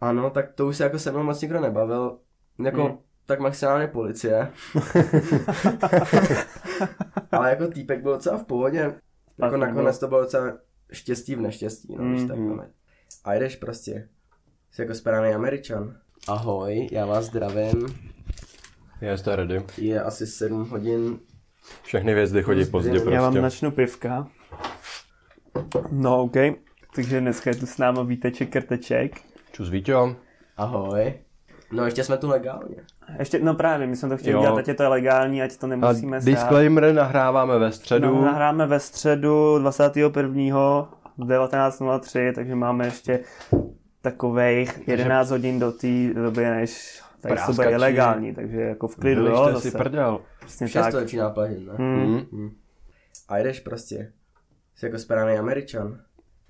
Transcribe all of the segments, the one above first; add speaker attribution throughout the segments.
Speaker 1: Ano, tak to už se jako se mnou moc nikdo nebavil. Jako,
Speaker 2: Hmm.
Speaker 1: tak maximálně policie. Ale jako týpek byl docela v pohodě. Jako
Speaker 2: Špatný
Speaker 1: nakonec to bylo docela štěstí v neštěstí, no, mm. když tak
Speaker 3: Mhm.
Speaker 1: máme. A jdeš prostě. Jsi jako správný američan. Ahoj, já vás zdravím.
Speaker 4: Já jste ready.
Speaker 1: Je asi 7 hodin.
Speaker 4: Všechny vězdy chodí
Speaker 1: Plus
Speaker 4: pozdě
Speaker 1: dvě.
Speaker 4: prostě.
Speaker 3: Já vám načnu pivka. No, OK. Takže dneska je tu s náma Víteček Krteček.
Speaker 4: Čus Víťo.
Speaker 1: Ahoj. No ještě jsme tu legálně.
Speaker 3: Ještě, no právě, my jsme to chtěli
Speaker 4: Jo.
Speaker 3: udělat, ať je to legální, ať to
Speaker 4: A
Speaker 3: nemusíme
Speaker 4: disclaimer nahráváme ve středu.
Speaker 3: No, nahráme ve středu 21. v 19.03, takže máme ještě takových 11 hodin do té doby, než tak to bude
Speaker 4: Práskači.
Speaker 3: ilegální, takže jako v klidu, jo,
Speaker 4: Vylište si
Speaker 3: zase.
Speaker 4: prdel.
Speaker 3: Přesně
Speaker 1: V 6
Speaker 3: tak.
Speaker 1: to začíná platit, ne?
Speaker 3: Hmm.
Speaker 4: Hm.
Speaker 1: A jdeš prostě. Jsi jako správný američan.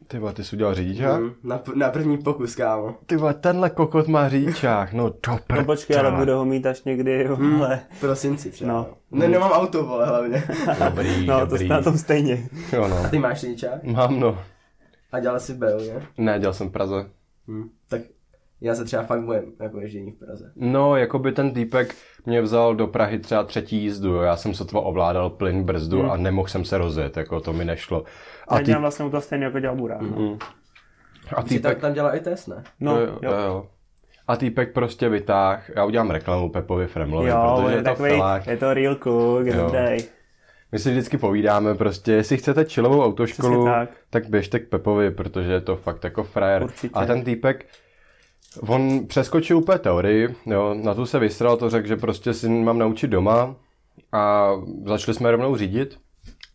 Speaker 4: Ty vole, ty jsi udělal řidičák?
Speaker 3: Mhm.
Speaker 1: Mm, Na, na první pokus, kámo.
Speaker 4: Ty vole, tenhle kokot má řidičák. No to
Speaker 3: No počkej, ale bude ho mít až někdy, ale
Speaker 1: V prosinci třeba.
Speaker 3: No.
Speaker 1: Ne, nemám auto, vole, hlavně.
Speaker 4: Dobrý,
Speaker 3: no, to
Speaker 4: Mm. dobrý.
Speaker 3: jsme na tom stejně.
Speaker 4: Jo no.
Speaker 1: Ty máš ličák?
Speaker 4: Mám no.
Speaker 1: A dělal jsi bel, ne?
Speaker 4: Ne, dělal jsem v Praze.
Speaker 1: Hm. Tak já se třeba fakt bojím jako ježdění v Praze.
Speaker 4: No, jako by ten týpek mě vzal do Prahy třeba třetí jízdu, jo. já jsem sotva ovládal plyn brzdu
Speaker 3: Mhm.
Speaker 4: a nemohl jsem se rozjet, jako to mi nešlo. A,
Speaker 3: Já
Speaker 4: ty,
Speaker 3: dělám vlastně u toho stejně jako dělal Burák. no.
Speaker 4: a
Speaker 1: Ty
Speaker 4: týpek,
Speaker 1: tak tam dělá i test, ne?
Speaker 3: No,
Speaker 4: jo, jo.
Speaker 3: jo.
Speaker 4: jo. A týpek prostě vytáh, já udělám reklamu Pepovi Fremlovi,
Speaker 3: Jo, on
Speaker 4: protože
Speaker 3: je
Speaker 4: je to
Speaker 3: takový,
Speaker 4: felák.
Speaker 3: je to real cool,
Speaker 4: Jo.
Speaker 3: dobrý.
Speaker 4: My si vždycky povídáme prostě, jestli chcete čilovou autoškolu,
Speaker 3: Přesně
Speaker 4: tak.
Speaker 3: tak.
Speaker 4: tak běžte k Pepovi, protože je to fakt jako frajer.
Speaker 3: Určitě.
Speaker 4: A ten týpek, on přeskočil úplně teorii, jo, na tu se vysral, to řekl, že prostě si mám naučit doma a začali jsme rovnou řídit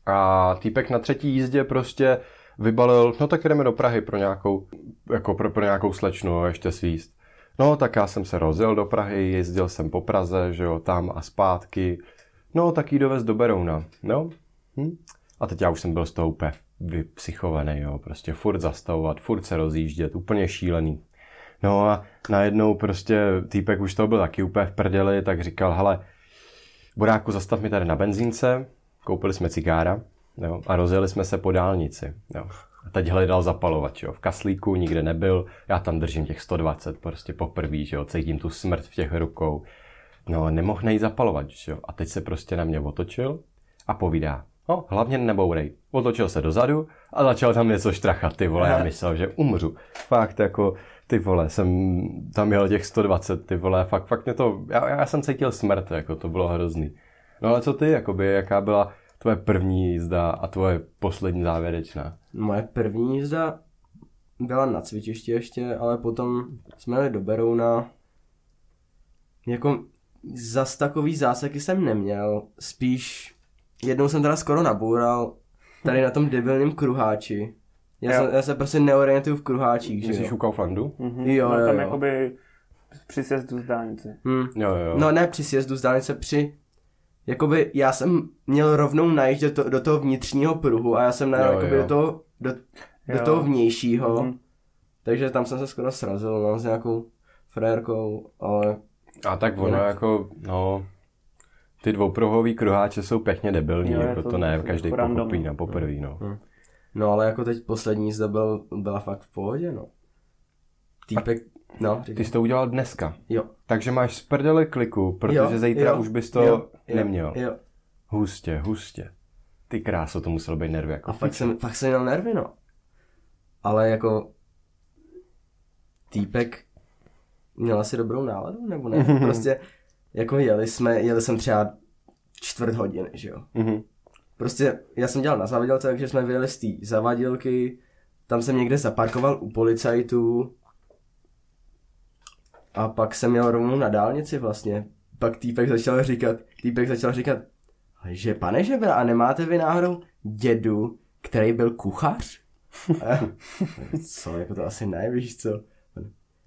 Speaker 4: a týpek na třetí jízdě prostě vybalil, no tak jdeme do Prahy pro nějakou, jako pro, pro nějakou slečnu jo, ještě svíst. No tak já jsem se rozjel do Prahy, jezdil jsem po Praze, že jo, tam a zpátky. No tak jí dovez do Berouna, no. Hm? A teď já už jsem byl z toho úplně vypsychovaný, jo, prostě furt zastavovat, furt se rozjíždět, úplně šílený. No a najednou prostě týpek už to byl taky úplně v prdeli, tak říkal, hele, Boráku, zastav mi tady na benzínce, koupili jsme cigára jo, a rozjeli jsme se po dálnici. Jo. A teď hledal zapalovač, jo. v kaslíku nikde nebyl, já tam držím těch 120 prostě poprvé, že jo, cítím tu smrt v těch rukou. No, nemohl najít zapalovač, jo. a teď se prostě na mě otočil a povídá, no, hlavně nebourej. Otočil se dozadu a začal tam něco štrachat, ty vole, já myslel, že umřu. Fakt jako, ty vole, jsem tam jel těch 120, ty vole, fakt, fakt mě to, já, já jsem cítil smrt, jako to bylo hrozný. No ale co ty, jakoby, jaká byla tvoje první jízda a tvoje poslední závěrečná?
Speaker 1: Moje první jízda byla na cvičišti ještě, ale potom jsme jeli do Berouna. Jako zas takový záseky jsem neměl, spíš jednou jsem teda skoro naboural tady na tom debilním kruháči. Já,
Speaker 3: Jo.
Speaker 1: jsem, já se prostě neorientuju v kruháčích, že
Speaker 4: Jsi
Speaker 1: jo?
Speaker 4: u Kauflandu?
Speaker 3: Mhm.
Speaker 1: Jo,
Speaker 3: No,
Speaker 1: jo,
Speaker 3: tam
Speaker 1: jo.
Speaker 3: jakoby při sjezdu z dálnice.
Speaker 1: Hm.
Speaker 4: Jo, jo.
Speaker 1: No ne při sjezdu z dálnice, při... Jakoby já jsem měl rovnou najíždět do, to, do toho vnitřního pruhu a já jsem najel
Speaker 4: Jo,
Speaker 1: jakoby
Speaker 4: jo.
Speaker 1: do toho, do, do
Speaker 3: Jo.
Speaker 1: toho vnějšího.
Speaker 3: Mhm.
Speaker 1: Takže tam jsem se skoro srazil no, s nějakou frérkou, ale
Speaker 4: A tak ono
Speaker 1: Jinak.
Speaker 4: jako, no, ty dvoupruhový kruháče jsou pěkně debilní,
Speaker 3: Jo, je
Speaker 4: jako to,
Speaker 3: to-
Speaker 4: to ne,
Speaker 3: to je
Speaker 4: každý
Speaker 3: jako random.
Speaker 4: pochopí na poprvý, no.
Speaker 1: no ale jako teď poslední zde byl, byla fakt v pohodě, no. Týpek, no,
Speaker 4: Ty jsi to udělal dneska,
Speaker 1: jo.
Speaker 4: takže máš z prdele kliku, protože
Speaker 1: jo,
Speaker 4: zítra
Speaker 1: jo,
Speaker 4: už bys to
Speaker 1: jo, jo,
Speaker 4: neměl.
Speaker 1: Jo.
Speaker 4: Hustě, hustě. Ty kráso, to muselo být nervy jako.
Speaker 1: A fakt jsem, fakt jsem měl nervy, no. Ale jako týpek měl asi dobrou náladu, nebo ne? Prostě jako jeli jsme, jeli jsem třeba čtvrt hodiny, že jo.
Speaker 4: Mhm.
Speaker 1: Prostě já jsem dělal na zavadělce, takže jsme vyjeli z té zavadilky, tam jsem někde zaparkoval u policajtů a pak jsem jel rovnou na dálnici vlastně. Pak týpek začal říkat, týpek začal říkat, že pane Žebra, a nemáte vy náhodou dědu, který byl kuchař? A já, co, jako to asi ne, víš co?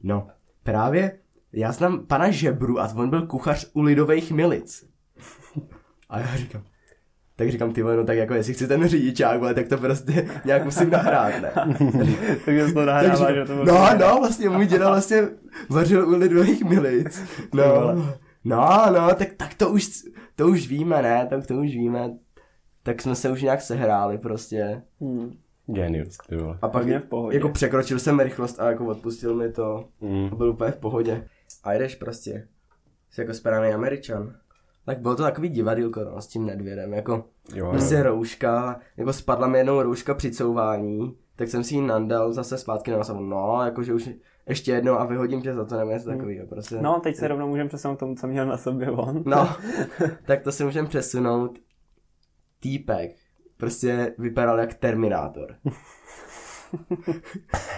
Speaker 1: No, právě já znám pana Žebru a on byl kuchař u lidových milic. A já říkám, tak říkám, ty vole, no tak jako jestli chci ten řidičák, vole, tak to prostě nějak musím nahrát, ne?
Speaker 3: Takže jsi to nahrává, že to
Speaker 1: no, no, vlastně můj děda vlastně vařil u lidových milic. No, no, no, tak, tak to už, to už víme, ne, tak to už víme. Tak jsme se už nějak sehráli prostě.
Speaker 3: Hmm.
Speaker 4: Genius, ty vole.
Speaker 1: A pak
Speaker 3: Hodně v pohodě.
Speaker 1: jako překročil jsem rychlost a jako odpustil mi to.
Speaker 4: Mm.
Speaker 1: A byl úplně v pohodě. A jdeš prostě. Jsi jako správný američan. Tak bylo to takový divadýlko no, s tím nedvědem, jako
Speaker 4: Jo,
Speaker 1: prostě rouška, jako spadla mi jednou rouška při couvání, tak jsem si ji nandal zase zpátky na nosu, no, jakože už ještě jednou a vyhodím tě za to nebo něco takového, prostě.
Speaker 3: No, teď se rovnou můžeme přesunout k tomu, co měl na sobě on.
Speaker 1: No, tak to si můžeme přesunout. Týpek prostě vypadal jak Terminátor.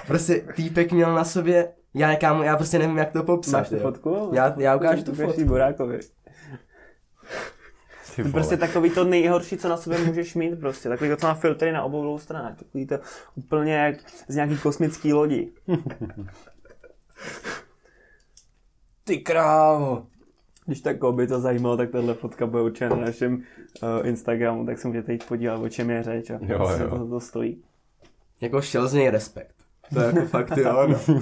Speaker 1: prostě týpek měl na sobě, já kámo, já prostě nevím, jak to popsat.
Speaker 3: Máš tu
Speaker 1: jo.
Speaker 3: fotku?
Speaker 1: Já, já ukážu tu
Speaker 3: Ukáž
Speaker 1: fotku.
Speaker 3: ji Borákovi.
Speaker 4: Ty
Speaker 3: To je
Speaker 4: vole.
Speaker 3: prostě takový to nejhorší, co na sobě můžeš mít prostě. Takový to, co má filtry na obou dvou stranách. Takový to úplně jak z nějaký kosmický lodi.
Speaker 1: Ty krávo.
Speaker 3: Když tak koho by to zajímalo, tak tahle fotka bude určitě na našem uh, Instagramu, tak se můžete jít podívat, o čem je řeč a
Speaker 4: Jo,
Speaker 3: co
Speaker 4: jo.
Speaker 3: to, to stojí.
Speaker 1: Jako šel z něj respekt. To je jako fakt jo, no.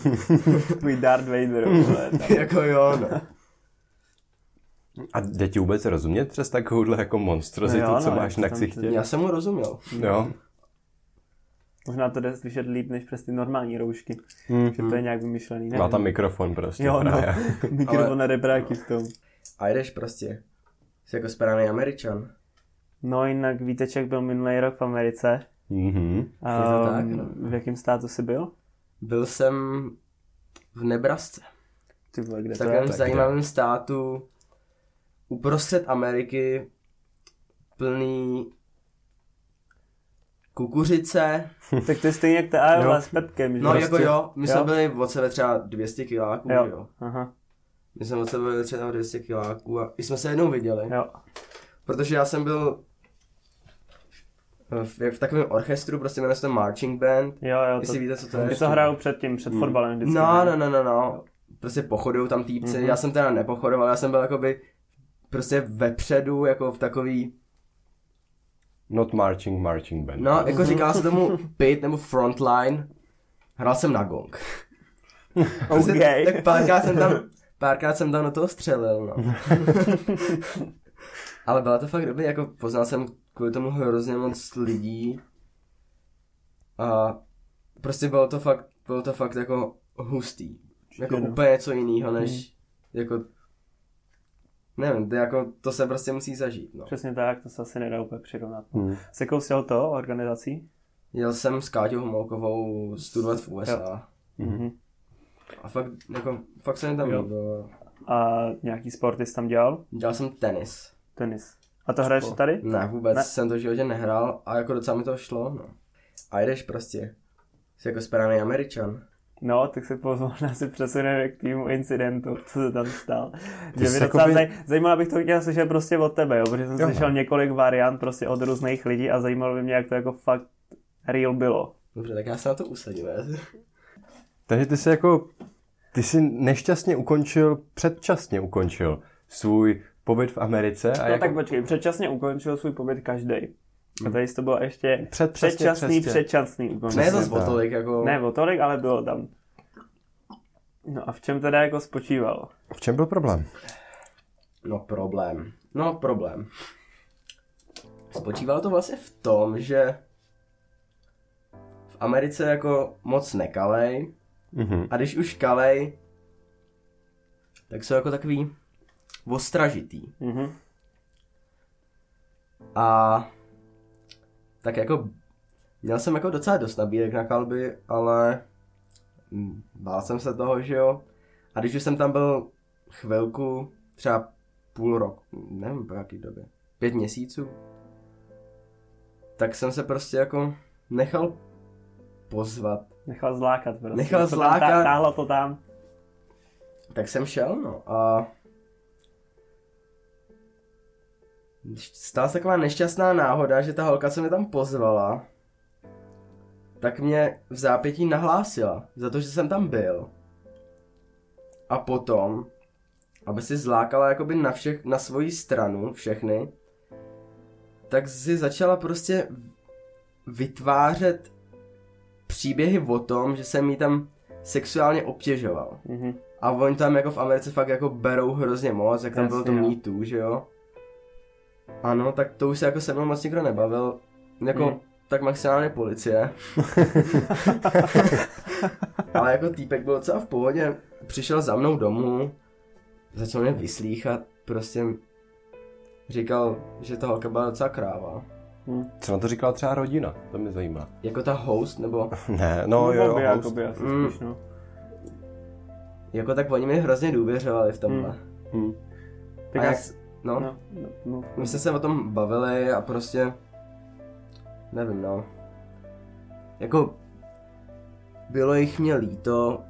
Speaker 3: Takový Darth Vader. vole, tak.
Speaker 1: jako jo, no.
Speaker 4: A jde ti vůbec rozumět přes takovouhle jako
Speaker 3: No
Speaker 4: monstrozitu,
Speaker 3: jo,
Speaker 4: co
Speaker 3: no,
Speaker 4: máš
Speaker 3: jako
Speaker 4: na
Speaker 3: tam
Speaker 4: ksichtě?
Speaker 1: Já jsem mu rozuměl.
Speaker 4: Jo.
Speaker 3: Možná to jde slyšet líp, než přes ty normální roušky. Že to je nějak vymyšlený.
Speaker 4: Mhm. Má
Speaker 3: nevím.
Speaker 4: tam mikrofon prostě.
Speaker 3: Jo, no.
Speaker 4: právě.
Speaker 3: Mikrofon na rebráky v tom.
Speaker 1: A jdeš prostě. Jsi jako správný američan.
Speaker 3: No jinak Víteček byl minulý rok v Americe.
Speaker 4: Mhm.
Speaker 3: A
Speaker 1: Je to tak, no.
Speaker 3: v jakém státu jsi byl?
Speaker 1: Byl jsem v Nebrasce.
Speaker 3: Ty vole, kde
Speaker 1: v
Speaker 3: to je?
Speaker 1: takovém zajímavém státu uprostřed Ameriky plný kukuřice.
Speaker 3: Tak to je stejně jak ta Iowa
Speaker 4: Jo.
Speaker 3: s Pepkem, že?
Speaker 1: No prostě, jako jo, my jsme
Speaker 3: jo.
Speaker 1: byli od sebe třeba 200 kiláků, jo.
Speaker 3: Jo.
Speaker 1: jo.
Speaker 3: Aha,
Speaker 1: My jsme od sebe byli třeba 200 kiláků a i jsme se jednou viděli,
Speaker 3: jo.
Speaker 1: protože já jsem byl v, v takovém orchestru, prostě jmenuje se to Marching Band,
Speaker 3: Jo, jo, to,
Speaker 1: jestli víte, co to je.
Speaker 3: ty to hrajou před tím, před fotbalem vždycky.
Speaker 1: No,
Speaker 3: ne?
Speaker 1: no, no, no, no. Prostě pochodují tam týpci. Mm-hmm. Já jsem teda nepochodoval, já jsem byl jakoby prostě vepředu, jako v takový,
Speaker 4: Not marching, marching band.
Speaker 1: no, jako mm-hmm. říká se tomu pit nebo frontline. Hrál jsem na gong.
Speaker 3: OK.
Speaker 1: tak párkrát jsem tam, párkrát jsem tam do toho střelil, no. Ale byla to fakt dobrý, jako poznal jsem kvůli tomu hrozně moc lidí. A prostě bylo to fakt, bylo to fakt jako hustý. Jako
Speaker 3: no.
Speaker 1: úplně něco jiného, než jako Nevím, to, je jako, to se prostě musí zažít, no.
Speaker 3: Přesně tak, to se asi nedá úplně přirovnat.
Speaker 4: Mhm.
Speaker 3: S jakou jsi jel to organizací?
Speaker 1: Jel jsem s Káťou Homolkovou studovat v USA.
Speaker 3: Mhm.
Speaker 1: A fakt, jako, fakt se mi tam
Speaker 3: Jo.
Speaker 1: líbilo.
Speaker 3: A nějaký sporty jsi tam dělal?
Speaker 1: Dělal jsem tenis.
Speaker 3: Tenis. A to hraješ i tady?
Speaker 1: Ne, vůbec
Speaker 3: Ne.
Speaker 1: ne. jsem to v životě nehrál a jako docela mi to šlo, no. A jdeš prostě. Jsi jako správný američan.
Speaker 3: No, tak se pozvolna si přesuneme k týmu incidentu, co se tam stál. Že
Speaker 4: jsi
Speaker 3: mě docela
Speaker 4: jakoby-
Speaker 3: zaj... zajímalo bych to chtěl slyšet prostě od tebe, jo, protože jsem
Speaker 4: Jo,
Speaker 3: jo,
Speaker 4: no.
Speaker 3: slyšel několik variant prostě od různých lidí a zajímalo by mě, jak to jako fakt real bylo.
Speaker 1: Dobře, tak já se na to usadím. ne?
Speaker 4: Takže ty jsi jako, ty jsi nešťastně ukončil, předčasně ukončil svůj pobyt v Americe. A
Speaker 3: No
Speaker 4: jako,
Speaker 3: tak počkej, předčasně ukončil svůj pobyt každý. A
Speaker 1: Mhm.
Speaker 3: tady to bylo ještě
Speaker 4: Před- přesně,
Speaker 3: předčasný,
Speaker 4: přesně.
Speaker 3: předčasný ukončil.
Speaker 1: Ne
Speaker 4: Přesně
Speaker 1: zase o
Speaker 4: tak.
Speaker 1: tolik, jako...
Speaker 3: Ne, o tolik, ale bylo tam. No a v čem teda jako spočívalo?
Speaker 4: V čem byl problém?
Speaker 1: No problém. No problém. Spočívalo to vlastně v tom, že v Americe jako moc nekalej.
Speaker 4: Mhm.
Speaker 1: A když už kalej, tak jsou jako takový ostražitý.
Speaker 3: Mhm.
Speaker 1: A tak jako měl jsem jako docela dost nabídek na kalby, ale mm, bál jsem se toho, že jo. A když už jsem tam byl chvilku, třeba půl roku, nevím po jaký době, pět měsíců, tak jsem se prostě jako nechal pozvat.
Speaker 3: Nechal zlákat prostě.
Speaker 1: Nechal
Speaker 3: To tam tá-
Speaker 1: zlákat.
Speaker 3: Táhlo to tam.
Speaker 1: Tak jsem šel, no a... Stala se taková nešťastná náhoda, že ta holka se mě tam pozvala, tak mě v zápětí nahlásila za to, že jsem tam byl. A potom, aby si zlákala jakoby na, všech, na svoji stranu všechny, tak si začala prostě vytvářet příběhy o tom, že jsem jí tam sexuálně obtěžoval.
Speaker 3: Mhm.
Speaker 1: A oni tam jako v Americe fakt jako berou hrozně moc, jak tam
Speaker 3: Jasně,
Speaker 1: bylo to
Speaker 3: jo.
Speaker 1: Me Too, že jo? Ano, tak to už se jako se mnou moc nikdo nebavil. Jako,
Speaker 3: Mhm.
Speaker 1: mm. tak maximálně policie. Ale jako týpek byl docela v pohodě. Přišel za mnou domů, začal mě vyslýchat, prostě říkal, že ta holka byla docela kráva.
Speaker 4: Co na to říkala třeba rodina? To mě zajímá.
Speaker 1: Jako ta host, nebo
Speaker 4: Ne, no, jo, jo,
Speaker 3: Obě,
Speaker 4: host.
Speaker 3: jakoby, asi
Speaker 1: Mm.
Speaker 3: spíš, no.
Speaker 1: jako tak oni mi hrozně důvěřovali v tomhle.
Speaker 4: Hm.
Speaker 3: Hmm. Tak
Speaker 1: A
Speaker 3: já,
Speaker 1: jak-
Speaker 3: s-
Speaker 1: No,
Speaker 3: no, no, no.
Speaker 1: my jsme se o tom bavili a prostě, nevím no, jako bylo jich mě líto,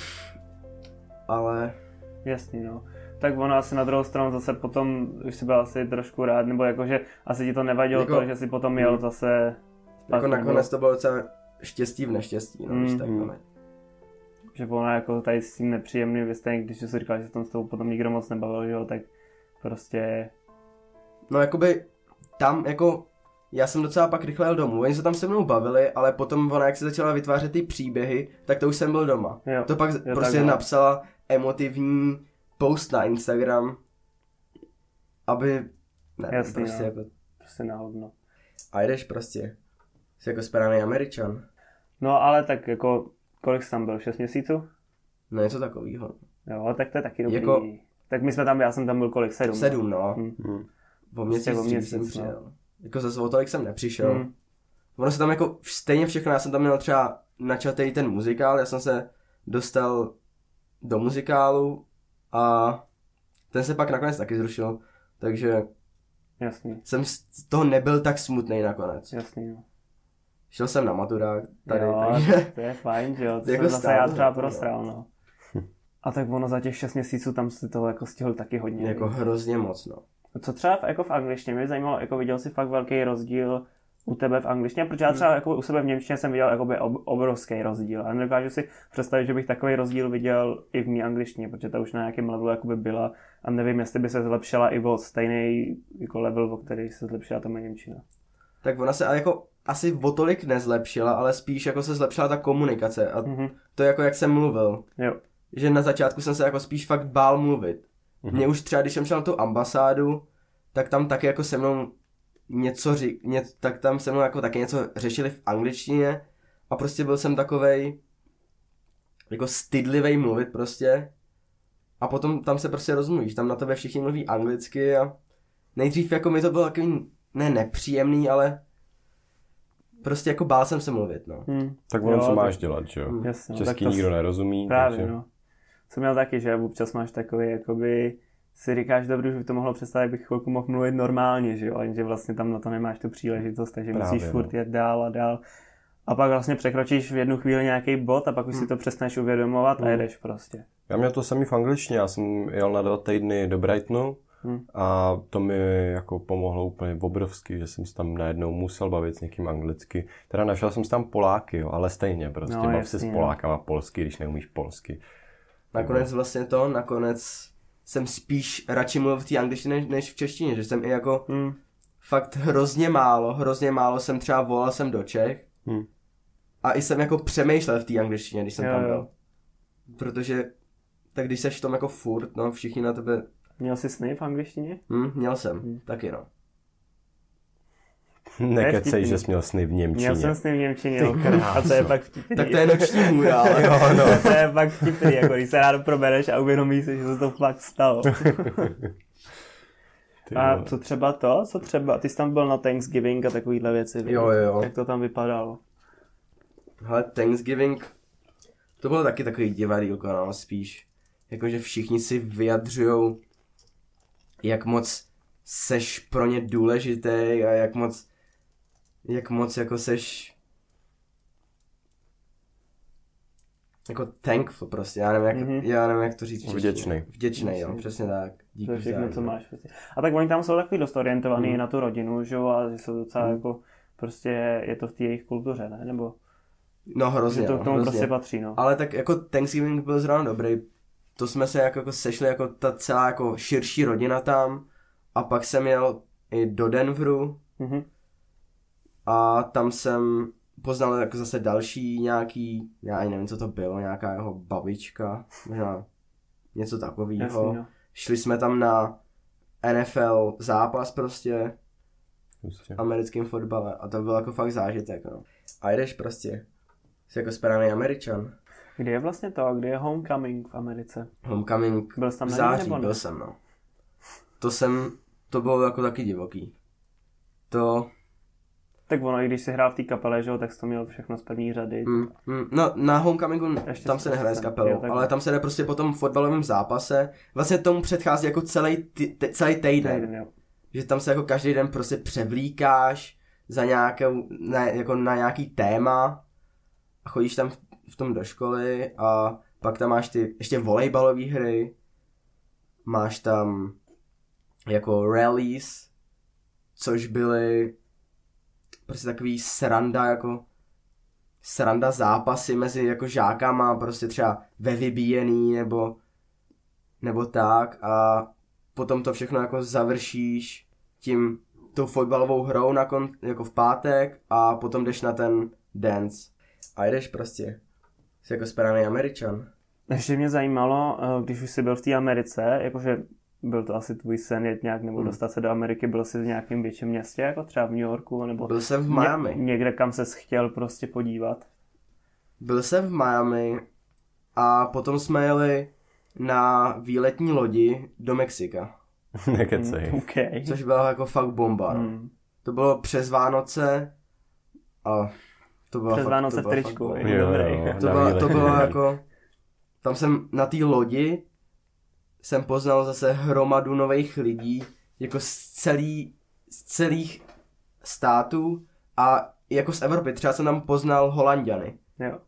Speaker 1: ale jako
Speaker 3: Jasný, no. Tak ono asi na druhou stranu zase potom už si byl asi trošku rád, nebo jakože asi ti to nevadilo
Speaker 1: Jako-
Speaker 3: jako, to, že si potom jel zase
Speaker 1: jako
Speaker 3: zpátky,
Speaker 1: nakonec to bylo docela štěstí v neštěstí, no, mm, když
Speaker 3: Mm,
Speaker 1: tak
Speaker 4: mm.
Speaker 1: mm.
Speaker 3: nebo- Že ono jako tady s tím nepříjemným věstem, když jsi říkal, že se tam s tou potom nikdo moc nebavil, že jo, tak prostě...
Speaker 1: No jakoby tam jako, já jsem docela pak rychle jel domů, oni se tam se mnou bavili, ale potom ona jak se začala vytvářet ty příběhy, tak to už jsem byl doma.
Speaker 3: Jo,
Speaker 1: To pak
Speaker 3: tak,
Speaker 1: prostě
Speaker 3: no.
Speaker 1: napsala emotivní post na Instagram, aby, ne,
Speaker 3: Jasný,
Speaker 1: prostě
Speaker 3: no.
Speaker 1: jako,
Speaker 3: prostě náhodno.
Speaker 1: a jdeš prostě, jsi jako správný američan,
Speaker 3: No ale tak jako, kolik jsi tam byl, 6 měsíců?
Speaker 1: no něco takového.
Speaker 3: Jo, tak to je taky dobrý.
Speaker 1: Jako-
Speaker 3: Jako... Tak my jsme tam, já jsem tam byl kolik, sedm?
Speaker 1: Sedm, no,
Speaker 3: Hm.
Speaker 4: Hm.
Speaker 1: po měsíc,
Speaker 3: o
Speaker 1: dřív
Speaker 3: měsíc,
Speaker 1: jsem
Speaker 3: no.
Speaker 1: přijel. Jako zase o tolik jsem nepřišel.
Speaker 3: Hm.
Speaker 1: Ono se tam jako stejně všechno, já jsem tam měl třeba načatej ten muzikál, já jsem se dostal do muzikálu a ten se pak nakonec taky zrušil, takže
Speaker 3: Jasný,
Speaker 1: jsem z toho nebyl tak smutný nakonec.
Speaker 3: jasný, no.
Speaker 1: Šel jsem na maturák tady,
Speaker 3: jo,
Speaker 1: takže
Speaker 3: to je fajn, že jo, to
Speaker 1: Jako
Speaker 3: jako zase
Speaker 1: stále
Speaker 3: já
Speaker 1: to
Speaker 3: třeba
Speaker 1: bylo.
Speaker 3: prosral, no. A tak ono za těch 6 měsíců tam si toho jako stihl taky hodně.
Speaker 1: jako hrozně moc, no.
Speaker 3: Co třeba v, jako v angličtině, mě by zajímalo, jako viděl jsi fakt velký rozdíl u tebe v angličtině, protože já
Speaker 4: Hmm.
Speaker 3: třeba jako u sebe v němčině jsem viděl jakoby ob, obrovský rozdíl a nedokážu si představit, že bych takový rozdíl viděl i v mý angličtině, protože ta už na nějakém levelu jakoby byla a nevím, jestli by se zlepšila i o stejný jako level, o který se zlepšila ta moje němčina.
Speaker 1: Tak ona se ale jako asi o tolik nezlepšila, ale spíš jako se zlepšila ta komunikace a
Speaker 3: Mhm.
Speaker 1: to jako jak jsem mluvil.
Speaker 3: Jo,
Speaker 1: že na začátku jsem se jako spíš fakt bál mluvit. Mě už třeba, když jsem šel na tu ambasádu, tak tam taky jako se mnou něco ři, ně, tak tam se mnou jako taky něco řešili v angličtině a prostě byl jsem takovej jako stydlivej mluvit prostě a potom tam se prostě rozmluvíš, tam na tebe všichni mluví anglicky a nejdřív jako mi to bylo takový ne nepříjemný, ale prostě jako bál jsem se mluvit, no.
Speaker 3: hm.
Speaker 4: Tak ono,
Speaker 3: Jo,
Speaker 4: co
Speaker 3: tak-
Speaker 4: máš dělat, že jo?
Speaker 3: jasně, no, tak
Speaker 4: mhm. Český
Speaker 3: to
Speaker 4: nikdo
Speaker 3: s-
Speaker 4: nerozumí,
Speaker 3: Právě,
Speaker 4: takže...
Speaker 3: no. Jsem měl taky, že občas máš takový, jakoby si říkáš, dobře, už by to mohlo představit, jak bych chvilku mohl mluvit normálně, že jo, jenže vlastně tam na to nemáš tu příležitost, takže
Speaker 4: Právě,
Speaker 3: Právě, musíš
Speaker 4: no.
Speaker 3: furt jet dál a dál. A pak vlastně překročíš v jednu chvíli nějaký bod a pak už si to přestaneš uvědomovat a jedeš prostě.
Speaker 4: Já měl to samý v angličtině, já jsem jel na dva týdny do Brightonu
Speaker 3: Hm.
Speaker 4: a to mi jako pomohlo úplně obrovsky, že jsem se tam najednou musel bavit s někým anglicky. Teda našel jsem si tam Poláky, jo, ale stejně prostě,
Speaker 3: No,
Speaker 4: no, bav se
Speaker 3: jasný,
Speaker 4: s
Speaker 3: no.
Speaker 4: Polákama polsky, když neumíš polsky. Mhm.
Speaker 1: Nakonec vlastně to, nakonec jsem spíš radši mluvil v té angličtině než, než v češtině, že jsem i jako
Speaker 3: Hmm.
Speaker 1: fakt hrozně málo, hrozně málo jsem třeba volal jsem do Čech
Speaker 4: Hmm.
Speaker 1: a i jsem jako přemýšlel v té angličtině, když jsem
Speaker 3: Jo,
Speaker 1: tam
Speaker 3: jo.
Speaker 1: byl. Protože tak když seš v tom jako furt, no všichni na tebe,
Speaker 3: Měl jsi sny v angličtině?
Speaker 1: hm, měl jsem,
Speaker 4: Hmm.
Speaker 1: taky no.
Speaker 4: Nekecej,
Speaker 3: vtipný.
Speaker 4: že jsi měl sny v Němčině.
Speaker 3: Měl jsem sny v Němčině, jo. a to je pak vtipný.
Speaker 1: Tak to je noční můj, ale
Speaker 4: Jo, no.
Speaker 3: to je pak vtipný, jako když se ráno probereš a uvědomíš si, že se to fakt stalo.
Speaker 4: Ty
Speaker 3: A
Speaker 4: vole.
Speaker 3: co třeba to? Co třeba? Ty jsi tam byl na Thanksgiving a takovýhle věci. viď?
Speaker 1: Jo, jo.
Speaker 3: Jak to tam vypadalo?
Speaker 1: Hele, Thanksgiving, to bylo taky takový divadýlko, no, spíš. Jakože všichni si vyjadřujou, jak moc seš pro ně důležitý a jak moc, jak moc jako seš jako thankful prostě, já nevím, jak,
Speaker 3: Mhm.
Speaker 1: mm-hmm. já nevím, jak to říct. v češtině.
Speaker 4: Vděčný.
Speaker 1: Vděčný, jo,
Speaker 3: Vděčný.
Speaker 1: přesně tak. Díky Mm.
Speaker 3: To je všechno,
Speaker 1: vzájemně.
Speaker 3: co máš. Prostě. A tak oni tam jsou takový dost orientovaný na tu rodinu, že jo, a že jsou docela
Speaker 1: Mm.
Speaker 3: jako prostě je to v té jejich kultuře, ne? Nebo
Speaker 1: No
Speaker 3: že
Speaker 1: hrozně,
Speaker 3: to
Speaker 1: no,
Speaker 3: k tomu
Speaker 1: hrozně.
Speaker 3: prostě patří, no.
Speaker 1: Ale tak jako Thanksgiving byl zrovna dobrý. To jsme se jako, jako sešli jako ta celá jako širší rodina tam a pak jsem jel i do Denveru
Speaker 3: Mhm.
Speaker 1: a tam jsem poznal jako zase další nějaký, já ani nevím, co to bylo, nějaká jeho babička, možná něco
Speaker 3: no.
Speaker 1: takového.
Speaker 3: Jasný, no.
Speaker 1: Šli jsme tam na NFL zápas prostě
Speaker 4: Prostě.
Speaker 1: americkém fotbale a to byl jako fakt zážitek, no. A jdeš prostě, jsi jako správný američan.
Speaker 3: Kdy je vlastně to? Kdy je homecoming v Americe?
Speaker 1: Homecoming
Speaker 3: Byl jsi tam
Speaker 1: v
Speaker 3: na něm,
Speaker 1: září,
Speaker 3: nebo ne?
Speaker 1: byl jsem, no. To jsem, to bylo jako taky divoký. To,
Speaker 3: Tak ono, i když si hrál v té kapele, že jo, tak jsi to měl všechno z první řady.
Speaker 1: mm, mm, no na Homecomingu
Speaker 3: Ještě
Speaker 1: tam
Speaker 3: s-
Speaker 1: se nehraje s
Speaker 3: jsem- jo,
Speaker 1: kapelou,
Speaker 3: tak-
Speaker 1: ale tam se jde prostě po tom fotbalovém zápase, vlastně tomu předchází jako celý, ty, te, celý týden,
Speaker 3: Týden, jo.
Speaker 1: že tam se jako každý den prostě převlíkáš za nějakou, na, jako na nějaký téma a chodíš tam v, v tom do školy a pak tam máš ty ještě volejbalové hry, máš tam jako rallies, což byly prostě takový sranda jako sranda zápasy mezi jako žákama prostě třeba ve vybíjený nebo nebo tak a potom to všechno jako završíš tím tou fotbalovou hrou na kon, jako v pátek a potom jdeš na ten dance a jdeš prostě jsi jako správný američan
Speaker 3: Ještě mě zajímalo, eh, když už jsi byl v té Americe, jakože byl to asi tvůj sen jet nějak,
Speaker 1: Hmm.
Speaker 3: nebo dostat se do Ameriky, byl jsi v nějakém větším městě, jako třeba v New Yorku, nebo
Speaker 1: byl jsem v
Speaker 3: ně-
Speaker 1: Miami
Speaker 3: někde, kam ses chtěl prostě podívat.
Speaker 1: Byl jsem v Miami a potom jsme jeli na výletní lodi do Mexika,
Speaker 4: Nekecej.
Speaker 3: Hmm, OK.
Speaker 1: což byla jako fakt bomba. No.
Speaker 3: Hmm.
Speaker 1: To bylo přes Vánoce a to bylo
Speaker 3: Přes
Speaker 1: fakt,
Speaker 3: Vánoce
Speaker 1: to
Speaker 3: v
Speaker 1: bylo fakt
Speaker 3: tričku.
Speaker 1: bomba.
Speaker 3: Jo, Dobrý.
Speaker 1: To bylo,
Speaker 4: na
Speaker 1: to
Speaker 4: výletní
Speaker 1: bylo
Speaker 4: lodi.
Speaker 1: jako, tam jsem na té lodi jsem poznal zase hromadu nových lidí, jako z, celý, z celých států a jako z Evropy. Třeba jsem tam poznal Holandiany.
Speaker 3: Jo.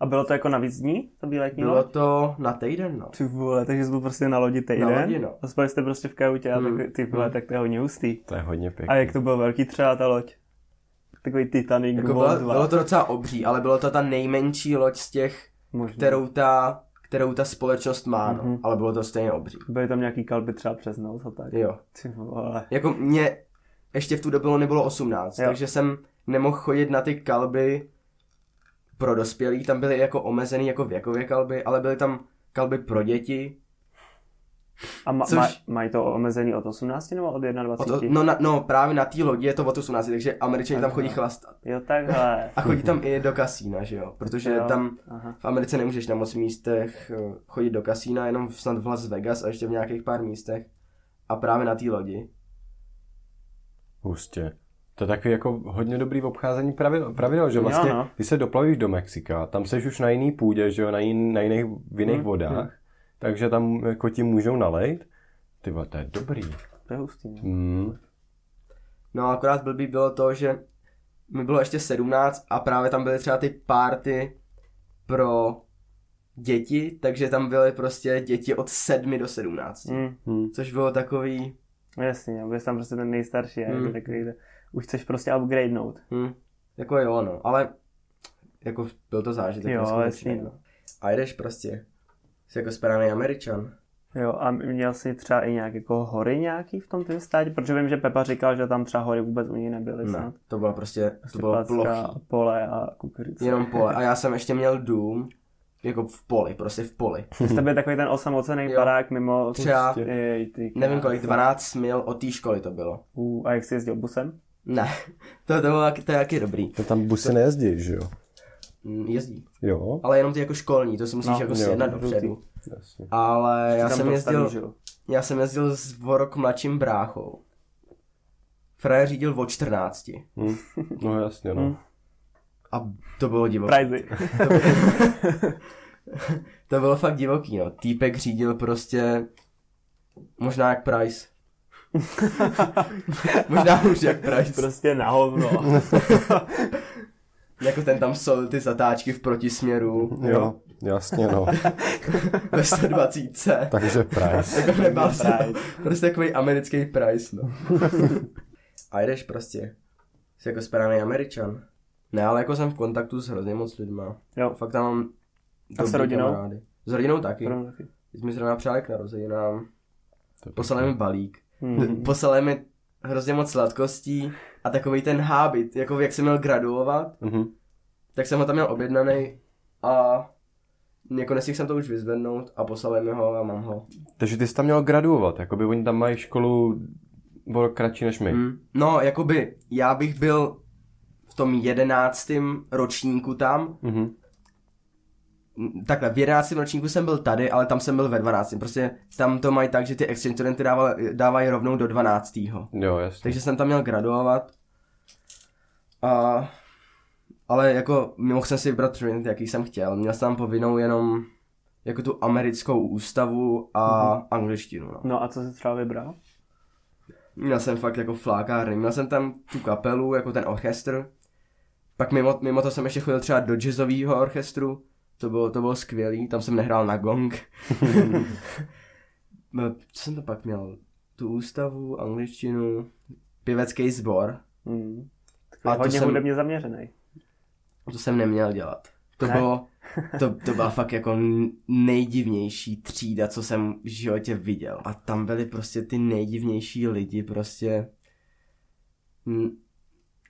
Speaker 3: A bylo to jako na víc dní, to výletní
Speaker 1: Bylo
Speaker 3: loď?
Speaker 1: to na týden, no.
Speaker 3: Ty vole, takže jsi byl prostě na lodi týden.
Speaker 1: Na lodi, no.
Speaker 3: A spali jste prostě v kajutě a
Speaker 1: Hmm.
Speaker 3: tak, ty vole, tak to je hodně hustý.
Speaker 4: To je hodně pěkný.
Speaker 3: A jak to byl velký třeba ta loď? Takový Titanic
Speaker 1: Jako
Speaker 3: World
Speaker 1: bylo,
Speaker 3: II.
Speaker 1: bylo to docela obří, ale bylo to ta nejmenší loď z těch,
Speaker 3: Možná.
Speaker 1: kterou ta, kterou ta společnost má, no.
Speaker 3: Mhm.
Speaker 1: Ale bylo to stejně obří.
Speaker 3: Byly tam nějaký kalby třeba přes noc a tak.
Speaker 1: Jo.
Speaker 3: Ty vole.
Speaker 1: Jako mě ještě v tu dobu nebylo 18,
Speaker 3: Jo.
Speaker 1: jo. takže jsem nemohl chodit na ty kalby pro dospělí, tam byly jako omezený jako věkově kalby, ale byly tam kalby pro děti.
Speaker 3: A ma-
Speaker 1: Což-
Speaker 3: ma- mají to omezený od 18 nebo od
Speaker 1: O
Speaker 3: 21?
Speaker 1: to, no, na, no právě na té lodi je to od 18, takže američani tam chodí chlastat.
Speaker 3: Jo, takhle.
Speaker 1: A chodí tam i do kasína, že jo? Protože
Speaker 3: Jo,
Speaker 1: tam
Speaker 3: Aha.
Speaker 1: v Americe nemůžeš na moc místech eh, chodit do kasína, jenom v- snad v Las Vegas a ještě v nějakých pár místech. A právě na té lodi.
Speaker 4: Hustě. To je takový jako hodně dobrý v obcházení pravidel, pravidel že vlastně,
Speaker 3: Jo, no.
Speaker 4: ty se doplavíš do Mexika, tam seš už na jiný půdě, že jo, na, jin, na jiných, v jiných
Speaker 3: Mm,
Speaker 4: vodách, takže tam jako ti můžou nalejt. Ty vole, to je dobrý.
Speaker 3: To je hustý. no.
Speaker 4: Mm.
Speaker 1: No a akorát blbý bylo to, že mi bylo ještě 17 a právě tam byly třeba ty párty pro děti, takže tam byly prostě děti od 7 do 17.
Speaker 3: Mm, no
Speaker 1: Což bylo takový,
Speaker 3: jasně, budeš tam prostě ten nejstarší, mm. jako
Speaker 1: Mm.
Speaker 3: takový, to- už chceš prostě upgradenout.
Speaker 1: hm, jako jo no, ale jako byl to zážitek.
Speaker 3: Jo,
Speaker 1: neskutečný,
Speaker 3: jasný,
Speaker 1: no. A jdeš prostě, jsi jako správný američan.
Speaker 3: Jo, a měl jsi třeba i nějak jako hory nějaký v tom tvém státě? Protože vím, že Pepa říkal, že tam třeba hory vůbec u něj nebyly.
Speaker 1: Ne,
Speaker 3: snad.
Speaker 1: to bylo prostě, to
Speaker 3: Prostě
Speaker 1: bylo
Speaker 3: placka,
Speaker 1: plochý.
Speaker 3: pole a kukurice.
Speaker 1: Jenom pole. A já jsem ještě měl dům, jako v poli, prostě v poli.
Speaker 3: Jsi to byl takový ten osamocený
Speaker 1: Jo.
Speaker 3: parák mimo...
Speaker 1: Třeba,
Speaker 3: Jej, ty
Speaker 1: nevím
Speaker 3: krásno.
Speaker 1: kolik, 12 mil od té školy to bylo.
Speaker 3: U, a jak jsi jezdil busem?
Speaker 1: Ne, to, to, bylo, to je taky dobrý.
Speaker 4: To tam busy nejezdí, že jo?
Speaker 1: Mm, Jezdí.
Speaker 4: Jo.
Speaker 1: Ale jenom ty jako školní, to si musíš
Speaker 3: No,
Speaker 1: no, jako
Speaker 4: jo,
Speaker 1: sjednat
Speaker 3: žlutý.
Speaker 1: dopředu.
Speaker 4: Jasně.
Speaker 1: Ale já
Speaker 3: Tam
Speaker 1: jsem,
Speaker 3: to
Speaker 1: jezdil,
Speaker 3: vstanu, že jo?
Speaker 1: já jsem jezdil s vorok mladším bráchou. Frajer řídil o 14.
Speaker 4: Mm. No jasně,
Speaker 3: Mm.
Speaker 4: no.
Speaker 1: A to bylo divoké.
Speaker 3: Prizy.
Speaker 1: To bylo fakt divoký, no. Týpek řídil prostě možná jak Price. možná už jak Price.
Speaker 3: prostě na hovno.
Speaker 1: Jako ten tam sol, ty zatáčky v protisměru.
Speaker 4: Jo, jasně, no.
Speaker 1: Ve 120.
Speaker 4: Takže price.
Speaker 1: Jako nebál se.
Speaker 3: Price.
Speaker 1: Prostě takový americký price, no. a jdeš prostě. Jsi jako správný američan. Ne, ale jako jsem v kontaktu s hrozně moc lidma.
Speaker 3: jo.
Speaker 1: Fakt tam mám
Speaker 3: A s
Speaker 1: dobrý
Speaker 3: rodinou?
Speaker 1: Kamarády. S rodinou taky.
Speaker 3: Pro mě taky.
Speaker 1: Teď mi zrovna přáli k narozeninám.
Speaker 4: To je
Speaker 1: Poslali mi balík.
Speaker 3: Mhm.
Speaker 1: Poslali mi hrozně moc sladkostí a takový ten hábit, jako jak jsem měl graduovat,
Speaker 4: Mhm.
Speaker 1: tak jsem ho tam měl objednaný a jako nestihl jsem to už vyzvednout a poslali mi ho a mám ho.
Speaker 4: Takže ty jsi tam měl graduovat, jakoby oni tam mají školu o rok kratší než
Speaker 3: Mm.
Speaker 4: my.
Speaker 1: Hmm. No, jakoby, já bych byl v tom jedenáctém ročníku tam,
Speaker 4: Mhm.
Speaker 1: Mm, takhle, v jedenáctém ročníku jsem byl tady, ale tam jsem byl ve 12. Prostě tam to mají tak, že ty exchange studenty dával, dávají rovnou do 12.
Speaker 4: Jo, jasně.
Speaker 1: Takže jsem tam měl graduovat. A, ale jako mohl jsem si vybrat Trinity, jaký jsem chtěl. Měl jsem tam povinnou jenom jako tu americkou ústavu a mm-hmm. angličtinu. No.
Speaker 3: No a co jsi třeba vybral?
Speaker 1: Měl jsem fakt jako flákárny. Měl jsem tam tu kapelu, jako ten orchestr. Pak mimo, mimo to jsem ještě chodil třeba do jazzového orchestru. To bylo, to bylo skvělý. Tam jsem nehrál na gong. No, Co jsem to pak měl? Tu ústavu, angličtinu, pěvecký sbor.
Speaker 3: Hmm.
Speaker 1: A
Speaker 3: A
Speaker 1: to
Speaker 3: hodně
Speaker 1: jsem-
Speaker 3: jsem... hudebně zaměřený.
Speaker 1: To jsem neměl dělat. To
Speaker 3: Ne?
Speaker 1: bylo, to, to byla fakt jako n- nejdivnější třída, co jsem v životě viděl. A tam byli prostě ty nejdivnější lidi, prostě... Mm,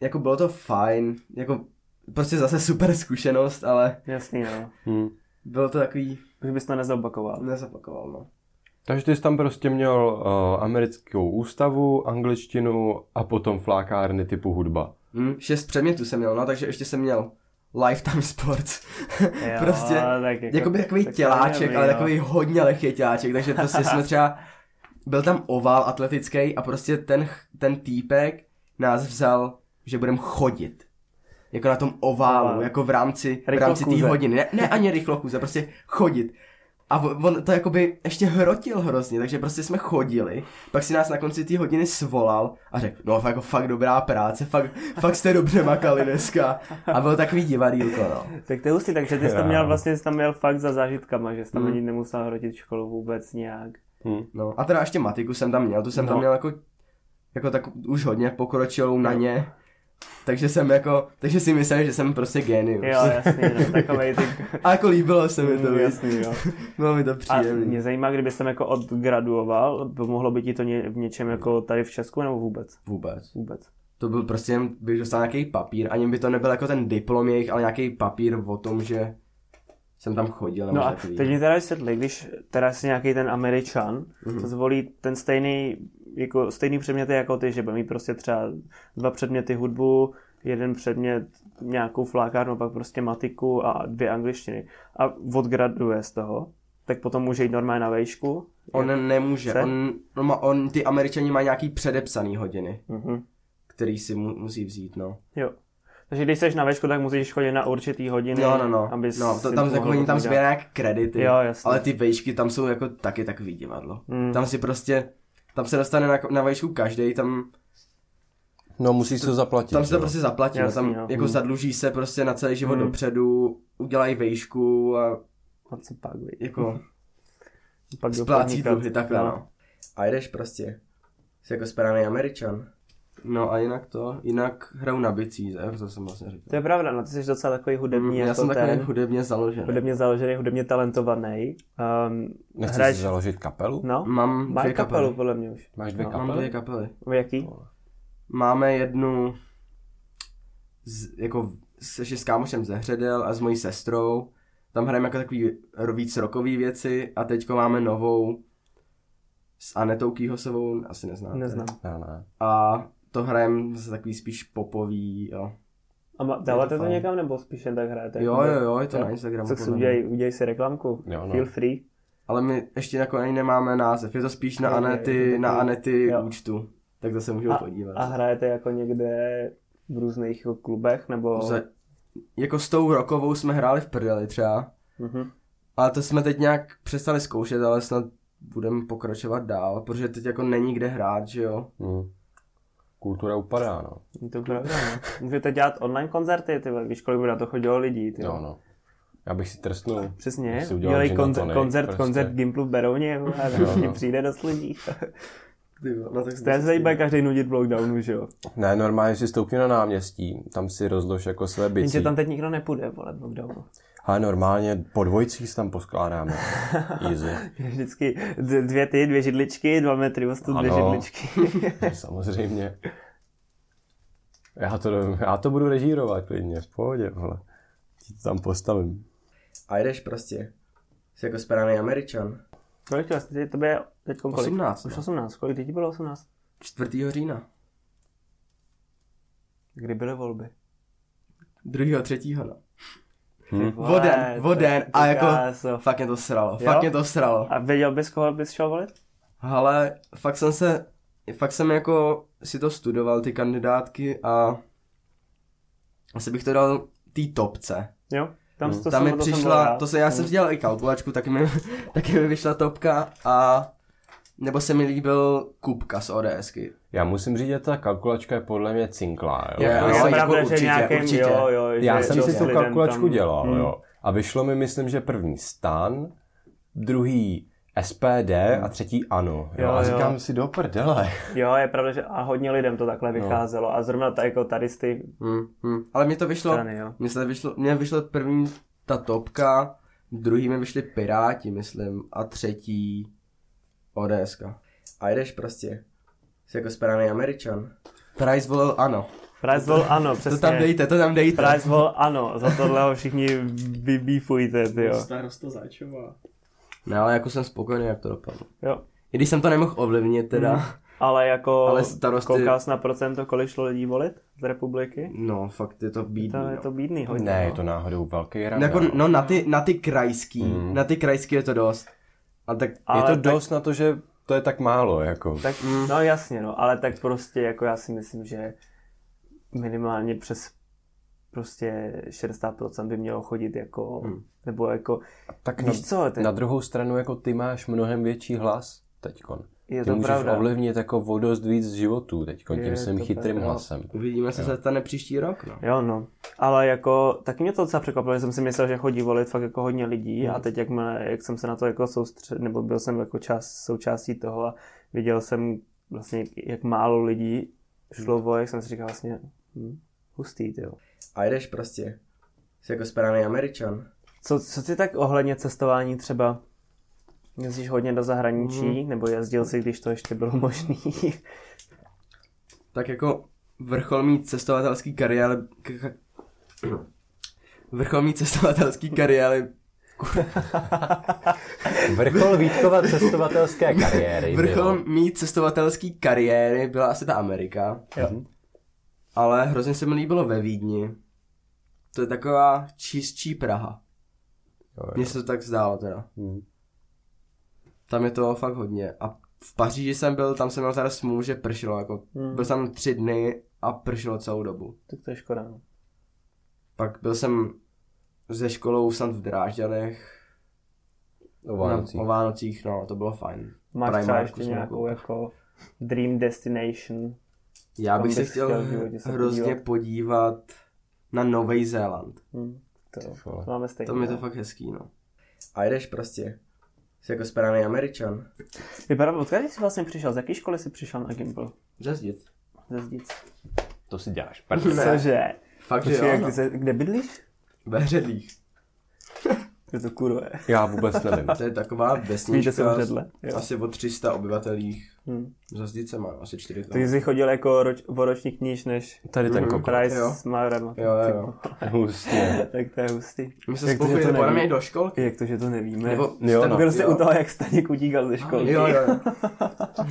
Speaker 1: Jako bylo to fajn, jako prostě zase super zkušenost, ale
Speaker 3: Jasný, jo.
Speaker 4: Hmm.
Speaker 1: bylo to takový,
Speaker 3: Už bys to nezopakoval.
Speaker 1: nezapakoval, no.
Speaker 4: Takže ty jsi tam prostě měl uh, americkou ústavu, angličtinu a potom flákárny typu hudba.
Speaker 1: Hm, šest předmětů jsem měl, no, takže ještě jsem měl lifetime sports.
Speaker 3: Jo,
Speaker 1: prostě,
Speaker 3: tak jako,
Speaker 1: Jakoby takový
Speaker 3: tak to no.
Speaker 1: těláček,
Speaker 3: nevím,
Speaker 1: ale
Speaker 3: jo.
Speaker 1: takový hodně lehký těláček, takže prostě jsme třeba, byl tam oval atletický a prostě ten, ch- ten týpek nás vzal, že budeme chodit. Jako na tom oválu,
Speaker 3: Ovál.
Speaker 1: jako v rámci, v
Speaker 3: Rychlo
Speaker 1: rámci té
Speaker 3: chůze.
Speaker 1: hodiny. Ne, ne ani rychlo chůze, prostě chodit. A v- on to jakoby ještě hrotil hrozně, takže prostě jsme chodili, pak si nás na konci té hodiny svolal a řekl, no jako fakt dobrá práce, fakt, fakt jste dobře makali dneska. A byl takový divadýlko, no.
Speaker 3: Tak to je hustý, takže ty jsi tam
Speaker 4: Jo.
Speaker 3: měl vlastně, jsi tam měl fakt za zážitkama, že jsi tam
Speaker 1: Hmm.
Speaker 3: ani nemusel hrotit školu vůbec nějak.
Speaker 4: Hmm.
Speaker 1: No a teda ještě matiku jsem tam měl, tu jsem no. tam
Speaker 3: No.
Speaker 1: měl jako, jako tak už hodně pokročilou na ně. Takže jsem jako, takže si myslel, že jsem prostě génius.
Speaker 3: Jo, jasný, no, takovej ty...
Speaker 1: A jako líbilo se mi to,
Speaker 3: Mm,
Speaker 1: víc.
Speaker 3: jasný, jo.
Speaker 1: bylo mi to
Speaker 3: A
Speaker 1: příjemné.
Speaker 3: mě zajímá, kdybys tam jako odgraduoval, pomohlo by ti to ně, v něčem jako tady v Česku nebo vůbec?
Speaker 1: Vůbec.
Speaker 3: Vůbec.
Speaker 1: To byl prostě, jen- bych dostal nějaký papír, ani by to nebyl jako ten diplom jejich, ale nějaký papír o tom, že jsem tam chodil. nebo
Speaker 3: No a
Speaker 1: takový.
Speaker 3: teď mi teda vysvětli, když teda si nějaký ten Američan
Speaker 1: Mhm.
Speaker 3: mm-hmm. zvolí ten stejný, jako stejný předměty jako ty, že bude mít prostě třeba dva předměty hudbu, jeden předmět nějakou flákárnu, pak prostě matiku a dvě angličtiny a odgraduje z toho, tak potom může jít normálně na vejšku.
Speaker 1: On nemůže,
Speaker 3: Se?
Speaker 1: on, on, má, on, ty američani mají nějaký předepsaný hodiny,
Speaker 3: Mm-hmm.
Speaker 1: který si mu, musí vzít, no.
Speaker 3: Jo. Takže když jsi na vejšku, tak musíš chodit na určitý hodiny,
Speaker 1: No, no, no.
Speaker 3: aby
Speaker 1: no
Speaker 3: si
Speaker 1: to, tam,
Speaker 3: mohl
Speaker 1: jako, oni tam
Speaker 3: odpovídat.
Speaker 1: sběrají nějak kredity.
Speaker 3: Jo, jasně.
Speaker 1: Ale ty vejšky tam jsou jako taky takový divadlo.
Speaker 3: Mm.
Speaker 1: Tam si prostě, tam se dostane na, na vejšku každý, tam,
Speaker 4: No musíš to zaplatit.
Speaker 1: tam se to
Speaker 4: jo.
Speaker 1: prostě zaplatí. no,
Speaker 3: Jasný,
Speaker 1: tam
Speaker 3: jo.
Speaker 1: jako
Speaker 3: Mm.
Speaker 1: zadluží se prostě na celý život
Speaker 3: Mm.
Speaker 1: dopředu, udělají vejšku a
Speaker 3: A co pak, viď?
Speaker 1: jako
Speaker 3: pak do
Speaker 1: splácí
Speaker 3: podnikat.
Speaker 1: dluhy, takhle no. A jdeš prostě. Jsi jako správný američan. No a jinak to, jinak hraju na bicí, to jsem vlastně říkal.
Speaker 3: To je pravda, no ty jsi docela takový hudební,
Speaker 1: Hmm, Já
Speaker 3: jako
Speaker 1: jsem
Speaker 3: ten,
Speaker 1: takový hudebně založený.
Speaker 3: hudebně založený, hudebně talentovaný. Um,
Speaker 4: Nechceš
Speaker 3: hraješ-
Speaker 4: si založit kapelu?
Speaker 3: no,
Speaker 1: Mám
Speaker 3: má
Speaker 1: dvě
Speaker 3: kapelu,
Speaker 1: kapely.
Speaker 3: podle mě už.
Speaker 4: Máš dvě
Speaker 1: No,
Speaker 4: kapely?
Speaker 1: Mám dvě kapely.
Speaker 3: Jaký?
Speaker 1: máme jednu z, jako s, ještě s kámošem ze Hředel a s mojí sestrou. Tam hrajeme jako takový ro- víc rokový věci a teďko máme novou s Anetou Kýhosovou, asi neznáte.
Speaker 3: Neznám.
Speaker 4: Ne, ne.
Speaker 1: A to hrajeme zase takový spíš popový, jo.
Speaker 3: A ma,
Speaker 1: to
Speaker 3: dáváte to,
Speaker 1: fajn.
Speaker 3: někam, nebo spíš jen tak hrajete?
Speaker 1: Jo, jo, jo, je to
Speaker 3: Jo.
Speaker 1: na Instagramu.
Speaker 3: Co si
Speaker 1: podle mě.
Speaker 3: udělej, udělej si reklamku.
Speaker 4: Jo, no.
Speaker 3: Feel free.
Speaker 1: Ale my ještě jako ani nemáme název, je to spíš na
Speaker 3: Jo, jo, je to
Speaker 1: Anety,
Speaker 3: takový-
Speaker 1: na Anety
Speaker 3: jo.
Speaker 1: účtu. Tak to se můžu
Speaker 3: A,
Speaker 1: podívat.
Speaker 3: a hrajete jako někde v různých jako klubech, nebo...
Speaker 1: Za, jako s tou rokovou jsme hráli v prdeli třeba.
Speaker 3: Mhm.
Speaker 1: Ale to jsme teď nějak přestali zkoušet, ale snad budeme pokračovat dál, protože teď jako není kde hrát, že jo?
Speaker 4: Hmm. Kultura upadá, no.
Speaker 3: To je pravda, no. Můžete dělat online koncerty, ty vole, víš, kolik by na to chodilo lidí, ty vole.
Speaker 4: Jo, no. Já bych si trestnul.
Speaker 3: Přesně,
Speaker 4: Bych si udělal
Speaker 3: dělej
Speaker 4: gin and
Speaker 3: koncert,
Speaker 4: tonic,
Speaker 3: koncert,
Speaker 4: prostě.
Speaker 3: koncert v Gimplu v Berouně, vole,
Speaker 4: Jo,
Speaker 3: a vlastně
Speaker 4: no. Prostě.
Speaker 3: přijde dost lidí.
Speaker 1: Ty, jo, no tak
Speaker 3: To je se tady bude každý nudit v lockdownu, že jo?
Speaker 4: Ne, normálně si stoupni na náměstí, tam si rozlož jako své bicí.
Speaker 3: Jenže tam teď nikdo nepůjde, vole, v lockdownu.
Speaker 4: Ale normálně po dvojicích si tam poskládáme. Easy.
Speaker 3: Vždycky d- dvě ty, dvě židličky, dva metry ostu, dvě
Speaker 4: Ano.
Speaker 3: židličky.
Speaker 4: Samozřejmě. Já to, já to budu režírovat klidně, v pohodě, vole. Ti to tam postavím.
Speaker 1: A jdeš prostě. Jsi jako správný američan.
Speaker 3: Kolik to, to je teď
Speaker 1: 18.
Speaker 3: Už
Speaker 1: No.
Speaker 3: 18, kolik ti bylo 18?
Speaker 1: 4. října.
Speaker 3: Kdy byly volby?
Speaker 1: 2. 3. no.
Speaker 3: Hmm.
Speaker 1: Voden, voden a jako... Fakt mě to sralo,
Speaker 3: Jo?
Speaker 1: fakt mě to sralo.
Speaker 3: A věděl bys, koho bys šel volit?
Speaker 1: Ale fakt jsem se, fakt jsem jako si to studoval, ty kandidátky a asi bych to dal tý topce.
Speaker 3: Jo? Tam,
Speaker 4: Hmm.
Speaker 3: to
Speaker 1: Tam mi
Speaker 3: jsem, to jsem
Speaker 1: přišla,
Speaker 3: byl rád.
Speaker 1: to se, já jsem si dělal i kalkulačku, taky mi, taky mi vyšla topka a nebo se mi líbil Kupka z ODSky.
Speaker 4: Já musím říct, že ta kalkulačka je podle mě cinklá. Jo?
Speaker 1: Jo,
Speaker 4: já,
Speaker 1: jo.
Speaker 3: je
Speaker 1: jako
Speaker 3: pravda,
Speaker 1: určitě,
Speaker 3: že nějakým,
Speaker 1: určitě.
Speaker 3: jo, jo,
Speaker 4: já
Speaker 3: že,
Speaker 4: jsem
Speaker 3: že
Speaker 4: si
Speaker 3: s
Speaker 4: tu
Speaker 3: lidem
Speaker 4: kalkulačku
Speaker 3: tam-
Speaker 4: dělal,
Speaker 3: Hmm.
Speaker 4: jo. A vyšlo mi, myslím, že první stan, druhý SPD a třetí ano. Jo,
Speaker 3: Hmm. Jo,
Speaker 4: a
Speaker 3: jo.
Speaker 4: říkám si do prdele.
Speaker 3: Jo, je pravda, že a hodně lidem to takhle
Speaker 4: No.
Speaker 3: vycházelo. A zrovna tady, jako tady z ty
Speaker 1: Hmm, hmm. Ale mi to vyšlo,
Speaker 3: strany, jo.
Speaker 1: mně se vyšlo, mně vyšlo první ta topka, druhý mi vyšli Piráti, myslím, a třetí ODSka. A jdeš prostě, jsi jako správný Američan. Price volil ano.
Speaker 3: Price vol, ano,
Speaker 1: To
Speaker 3: přesně.
Speaker 1: tam dejte, to tam dejte.
Speaker 3: Price vol, ano, za tohle ho všichni vybífujte, ty jo.
Speaker 2: Starosta Záčová.
Speaker 1: Ne, ale jako jsem spokojený, jak to dopadlo.
Speaker 3: jo.
Speaker 1: I když jsem to nemohl ovlivnit teda.
Speaker 3: Hmm. Ale jako
Speaker 1: Ale starosty-
Speaker 3: koukal jsi na procento, kolik šlo lidí volit z republiky?
Speaker 1: No, fakt je to bídný.
Speaker 3: To je
Speaker 1: no.
Speaker 3: to bídný hodně.
Speaker 4: Ne, je
Speaker 3: no.
Speaker 4: to náhodou velký rada.
Speaker 1: No Jako, no na ty, na ty krajský,
Speaker 4: Mm.
Speaker 1: na ty krajský je to dost. A tak
Speaker 4: je
Speaker 3: Ale
Speaker 4: to
Speaker 3: tak-
Speaker 4: dost na to, že to je tak málo, jako.
Speaker 3: Tak,
Speaker 1: Mm.
Speaker 3: no jasně, no, ale tak prostě, jako já si myslím, že minimálně přes prostě 60% by mělo chodit jako,
Speaker 1: Hmm.
Speaker 3: nebo jako,
Speaker 4: tak
Speaker 3: víš co, ty,
Speaker 4: Na druhou stranu, jako ty máš mnohem větší hlas teďkon.
Speaker 3: je
Speaker 4: Ty
Speaker 3: to
Speaker 4: můžeš
Speaker 3: pravda.
Speaker 4: ovlivnit jako o dost víc životů teďkon, tím
Speaker 3: Je
Speaker 4: svým
Speaker 3: to
Speaker 4: chytrým
Speaker 3: pravda.
Speaker 4: hlasem.
Speaker 1: uvidíme, co se stane příští rok, no.
Speaker 3: Jo, no. Ale jako, tak mě to docela překvapilo, že jsem si myslel, že chodí volit fakt jako hodně lidí
Speaker 1: Hmm.
Speaker 3: a teď jak, mne, jak jsem se na to jako soustředil, nebo byl jsem jako část, součástí toho a viděl jsem vlastně, jak málo lidí
Speaker 1: Hmm.
Speaker 3: šlo volit, jsem si říkal vlastně, hm, hustý, jo.
Speaker 1: A jdeš prostě. Jsi jako správný Američan.
Speaker 3: Co, co ty tak ohledně cestování třeba? Jezdíš hodně do zahraničí,
Speaker 1: Hmm.
Speaker 3: nebo jezdil jsi, když to ještě bylo možné?
Speaker 1: Tak jako vrchol mý cestovatelský kariéry... K- k- vrchol mý cestovatelský kariéry...
Speaker 4: Vrchol Vítkova cestovatelské kariéry.
Speaker 1: Vrchol mý cestovatelský kariéry byla asi ta Amerika.
Speaker 3: jo.
Speaker 1: Ale hrozně se mi líbilo ve Vídni. To je taková čistší Praha. Mně se to tak zdálo teda.
Speaker 4: Hmm.
Speaker 1: Tam je toho fakt hodně. A v Paříži jsem byl, tam jsem měl teda smůlu, že pršelo. Jako,
Speaker 3: Hmm.
Speaker 1: Byl jsem tam tři dny a pršelo celou dobu.
Speaker 3: Tak to je škoda. no.
Speaker 1: Pak byl jsem se školou snad v Drážďanech.
Speaker 4: O
Speaker 1: Na, o Vánocích, no, to bylo fajn.
Speaker 3: Máš třeba
Speaker 1: Primarku
Speaker 3: ještě
Speaker 1: jsme
Speaker 3: nějakou
Speaker 1: nakoupili.
Speaker 3: jako dream destination,
Speaker 1: Já
Speaker 3: Kam
Speaker 1: bych se
Speaker 3: bys
Speaker 1: chtěl,
Speaker 3: chtěl v životě se
Speaker 1: hrozně podívat,
Speaker 3: podívat?
Speaker 1: na Nový Zéland.
Speaker 3: Hm, to,
Speaker 4: vole.
Speaker 3: to máme stejně.
Speaker 1: Tam je to
Speaker 3: no.
Speaker 1: fakt hezký, no. A jdeš prostě. Jsi jako správný Američan.
Speaker 3: Vypadá, odkud jsi vlastně přišel? Z jaké školy jsi přišel na Gimpl?
Speaker 1: Zazdit.
Speaker 3: Ze Zdic.
Speaker 4: To si děláš, prdel.
Speaker 3: Cože?
Speaker 1: Fakt, že
Speaker 3: Počkej,
Speaker 1: jo,
Speaker 3: jak
Speaker 1: no.
Speaker 3: ty
Speaker 1: se...
Speaker 3: se, kde bydlíš?
Speaker 1: Ve Hředlích.
Speaker 3: Kde to kurva je?
Speaker 4: Já vůbec nevím.
Speaker 1: To je taková vesnička.
Speaker 3: Víte, jsem v Hředle, jo.
Speaker 1: Asi o 300 obyvatelích.
Speaker 3: Hm.
Speaker 1: Zazdice má asi 4 tam.
Speaker 3: Takže jsi chodil jako roč, o ročník níž než
Speaker 4: Tady ten
Speaker 1: Mhm.
Speaker 4: kokot.
Speaker 3: Price
Speaker 1: jo.
Speaker 3: s Maurem.
Speaker 1: Jo, jo, jo.
Speaker 4: Hustě.
Speaker 3: Tak to je hustý.
Speaker 1: My se
Speaker 3: Jak to, že
Speaker 1: spolu
Speaker 3: to
Speaker 1: podle mě
Speaker 3: neví?
Speaker 1: i do školky.
Speaker 3: Jak to, že to nevíme?
Speaker 1: Nebo-
Speaker 4: Jo,
Speaker 3: tak
Speaker 4: no.
Speaker 3: byl jsi
Speaker 1: jo.
Speaker 3: u toho, jak Staněk utíkal ze školy.
Speaker 1: Jo, jo, jo.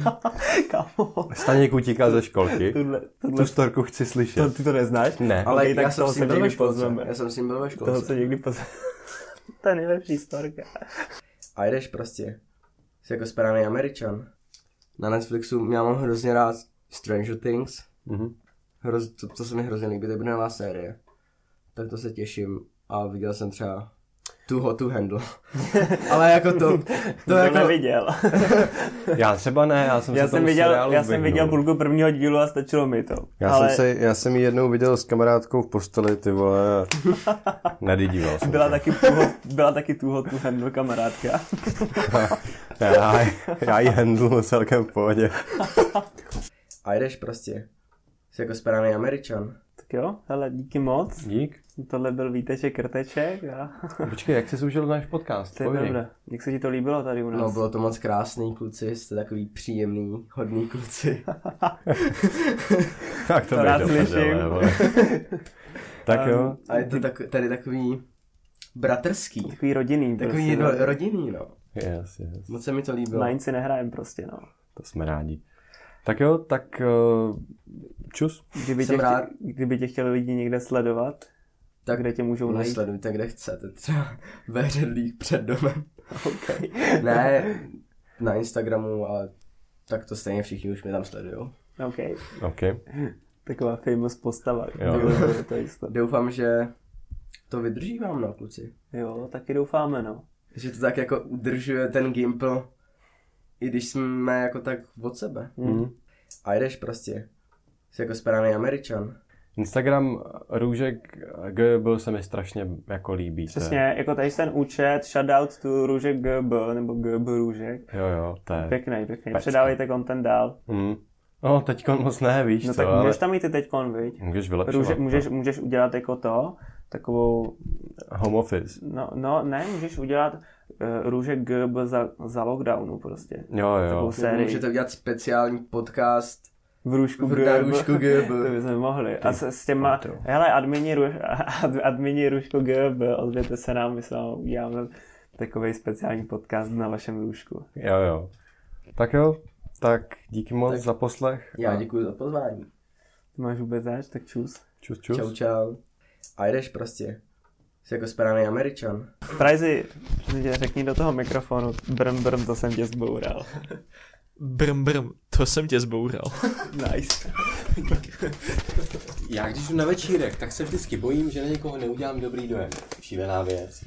Speaker 3: Kámo,
Speaker 4: Staněk utíká ze školky.
Speaker 3: tuhle,
Speaker 4: Tu
Speaker 3: tuhle,
Speaker 4: storku chci
Speaker 3: to,
Speaker 4: slyšet.
Speaker 3: ty to neznáš?
Speaker 4: Ne.
Speaker 1: Ale
Speaker 3: Okej,
Speaker 1: okay,
Speaker 3: tak
Speaker 1: já, jsem
Speaker 3: toho
Speaker 1: s
Speaker 3: se
Speaker 1: ním byl ve
Speaker 3: někdy
Speaker 1: školce.
Speaker 3: pozveme.
Speaker 1: já jsem s ním byl ve
Speaker 3: Toho
Speaker 1: školce.
Speaker 3: se někdy pozveme. to je nejlepší storka.
Speaker 1: A jdeš prostě. Jsi jako správný Američan. Na Netflixu já mám hrozně rád Stranger Things.
Speaker 4: Mhm.
Speaker 1: Hroz, to, to, se mi hrozně líbí, to bude nová série. Tak to se těším. A viděl jsem třeba Too Hot to Handle. Ale jako to, to
Speaker 3: To,
Speaker 1: jako...
Speaker 3: neviděl.
Speaker 4: Já třeba ne, já jsem
Speaker 3: Já
Speaker 4: se tomu
Speaker 3: jsem viděl,
Speaker 4: seriálu
Speaker 3: já jsem
Speaker 4: vyhnul.
Speaker 3: viděl půlku prvního dílu a stačilo mi to.
Speaker 4: Já,
Speaker 3: Ale
Speaker 4: jsem se, já jsem ji jednou viděl s kamarádkou v posteli, ty vole. Nedidíval jsem.
Speaker 3: byla
Speaker 4: to.
Speaker 3: taky tuho, byla taky tuho tu handlu kamarádka.
Speaker 4: Já, já ji handlu celkem v pohodě.
Speaker 1: A jdeš prostě. Jsi jako správný Američan.
Speaker 3: tak jo, hele, díky moc.
Speaker 4: Dík.
Speaker 3: Tohle byl Víteček Krteček a
Speaker 4: No, Počkej, jak jsi užil náš podcast?
Speaker 3: to je
Speaker 4: Povídej.
Speaker 3: pravda. Jak se ti to líbilo tady u nás?
Speaker 1: No bylo to moc krásný kluci, jste takový příjemný, hodný kluci.
Speaker 4: Tak to,
Speaker 3: To
Speaker 4: by
Speaker 3: rád
Speaker 4: to
Speaker 3: slyším. Um,
Speaker 4: prdele, vole. tak jo.
Speaker 1: A je to tak, tady takový bratrský.
Speaker 3: Takový rodinný.
Speaker 1: Takový
Speaker 3: prostě,
Speaker 1: ro, rodinný, no.
Speaker 4: Yes, yes.
Speaker 1: Moc se mi to líbilo.
Speaker 3: Line si nehrajem prostě, no.
Speaker 4: To jsme rádi. Tak jo, tak uh, čus.
Speaker 3: Kdyby
Speaker 1: Jsem
Speaker 3: tě,
Speaker 1: rád.
Speaker 3: chtě- kdyby tě chtěli lidi někde sledovat,
Speaker 1: Tak
Speaker 3: kde tě můžou najít.
Speaker 1: nesledujte, kde chcete, třeba ve hředlích před domem.
Speaker 3: Okay.
Speaker 1: Ne, na Instagramu, ale tak to stejně všichni už mě tam sledujou.
Speaker 3: OK.
Speaker 4: OK.
Speaker 3: Taková famous postava.
Speaker 4: Jo.
Speaker 3: Jo. To je jisto.
Speaker 1: Doufám, že to vydrží vám, no, kluci.
Speaker 3: jo, taky doufáme, no.
Speaker 1: Že to tak jako udržuje ten gimpl, i když jsme jako tak od sebe.
Speaker 3: Hm.
Speaker 4: Mm.
Speaker 1: A jdeš prostě. Jsi jako správný američan.
Speaker 4: Instagram Růžek G byl se mi strašně jako líbí. to je-
Speaker 3: Přesně, jako tady ten účet, shoutout to Růžek GB, nebo GB Růžek.
Speaker 4: Jo, jo, to je.
Speaker 3: Pěkný, pěkný. Předávejte content dál.
Speaker 4: Mm. No, teďkon moc ne, víš
Speaker 3: No
Speaker 4: co,
Speaker 3: tak
Speaker 4: ale No,
Speaker 3: můžeš tam mít i teď viď?
Speaker 4: můžeš vylepšovat.
Speaker 3: Růže, můžeš, můžeš udělat jako to, takovou,
Speaker 4: Home office.
Speaker 3: no, no ne, můžeš udělat uh, růžek GB za, za lockdownu prostě.
Speaker 4: Jo, jo.
Speaker 3: Takovou sérii.
Speaker 1: Můžete udělat speciální podcast
Speaker 3: V růžku
Speaker 1: V
Speaker 3: GB.
Speaker 1: růžku GB.
Speaker 3: To bychom mohli. A s, s těma,
Speaker 4: Ty pato.
Speaker 3: hele, admini, růž, ad- admini růžku GB, ozvěte se nám, my s vámi uděláme takový speciální podcast na vašem růžku.
Speaker 4: Jo, jo. Tak jo, tak díky moc
Speaker 1: Tak
Speaker 4: za poslech.
Speaker 1: Já
Speaker 4: a
Speaker 1: děkuji za pozvání.
Speaker 3: Ty máš vůbec zač, tak čus.
Speaker 4: Čus, čus.
Speaker 1: Čau, čau. A jdeš prostě. Jsi jako správný američan.
Speaker 3: Trajzi, prosím tě, řekni do toho mikrofonu, brm, brm, to jsem tě zboural.
Speaker 2: Brm, brm, to jsem tě zboural.
Speaker 3: Nice.
Speaker 5: Já když jdu na večírek, tak se vždycky bojím, že na někoho neudělám dobrý dojem. Šílená věc.